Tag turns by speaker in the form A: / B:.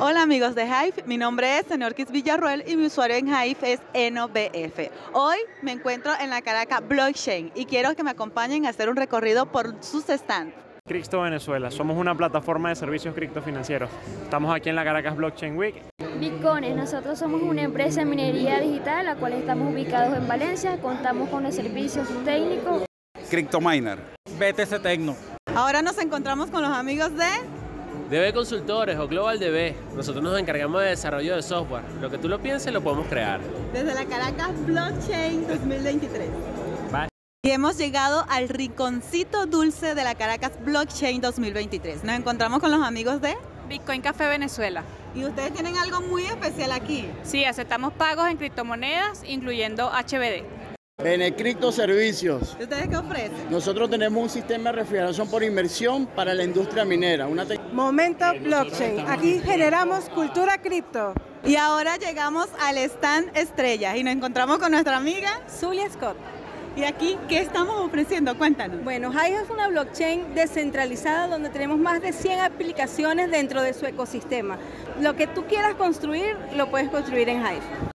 A: Hola amigos de Hive, mi nombre es Senorquis Villarroel y mi usuario en Hive es ENOBF. Hoy me encuentro en la Caracas Blockchain y quiero que me acompañen a hacer un recorrido por sus stands.
B: Cripto Venezuela, somos una plataforma de servicios criptofinancieros. Estamos aquí en la Caracas Blockchain Week.
C: Bitcoines, nosotros somos una empresa de minería digital, la cual estamos ubicados en Valencia, contamos con los servicios técnicos.
D: CryptoMiner.
E: BTC Tecno.
A: Ahora nos encontramos con los amigos de...
F: DB Consultores o Global DB, nosotros nos encargamos de desarrollo de software. Lo que tú lo pienses lo podemos crear.
A: Desde la Caracas Blockchain 2023. Y hemos llegado al rinconcito dulce de la Caracas Blockchain 2023. Nos encontramos con los amigos de...
G: Bitcoin Café Venezuela.
A: Y ustedes tienen algo muy especial aquí.
G: Sí, aceptamos pagos en criptomonedas, incluyendo HBD.
H: Benecripto Servicios.
A: ¿Ustedes qué ofrecen?
H: Nosotros tenemos un sistema de refrigeración por inmersión para la industria minera. Una te-
I: Momento Blockchain. Aquí generamos cultura cripto.
A: Y ahora llegamos al stand estrella y nos encontramos con nuestra amiga
I: Zulia Scott.
A: ¿Y aquí qué estamos ofreciendo? Cuéntanos.
I: Bueno, Hive es una blockchain descentralizada donde tenemos más de 100 aplicaciones dentro de su ecosistema. Lo que tú quieras construir, lo puedes construir en Hive.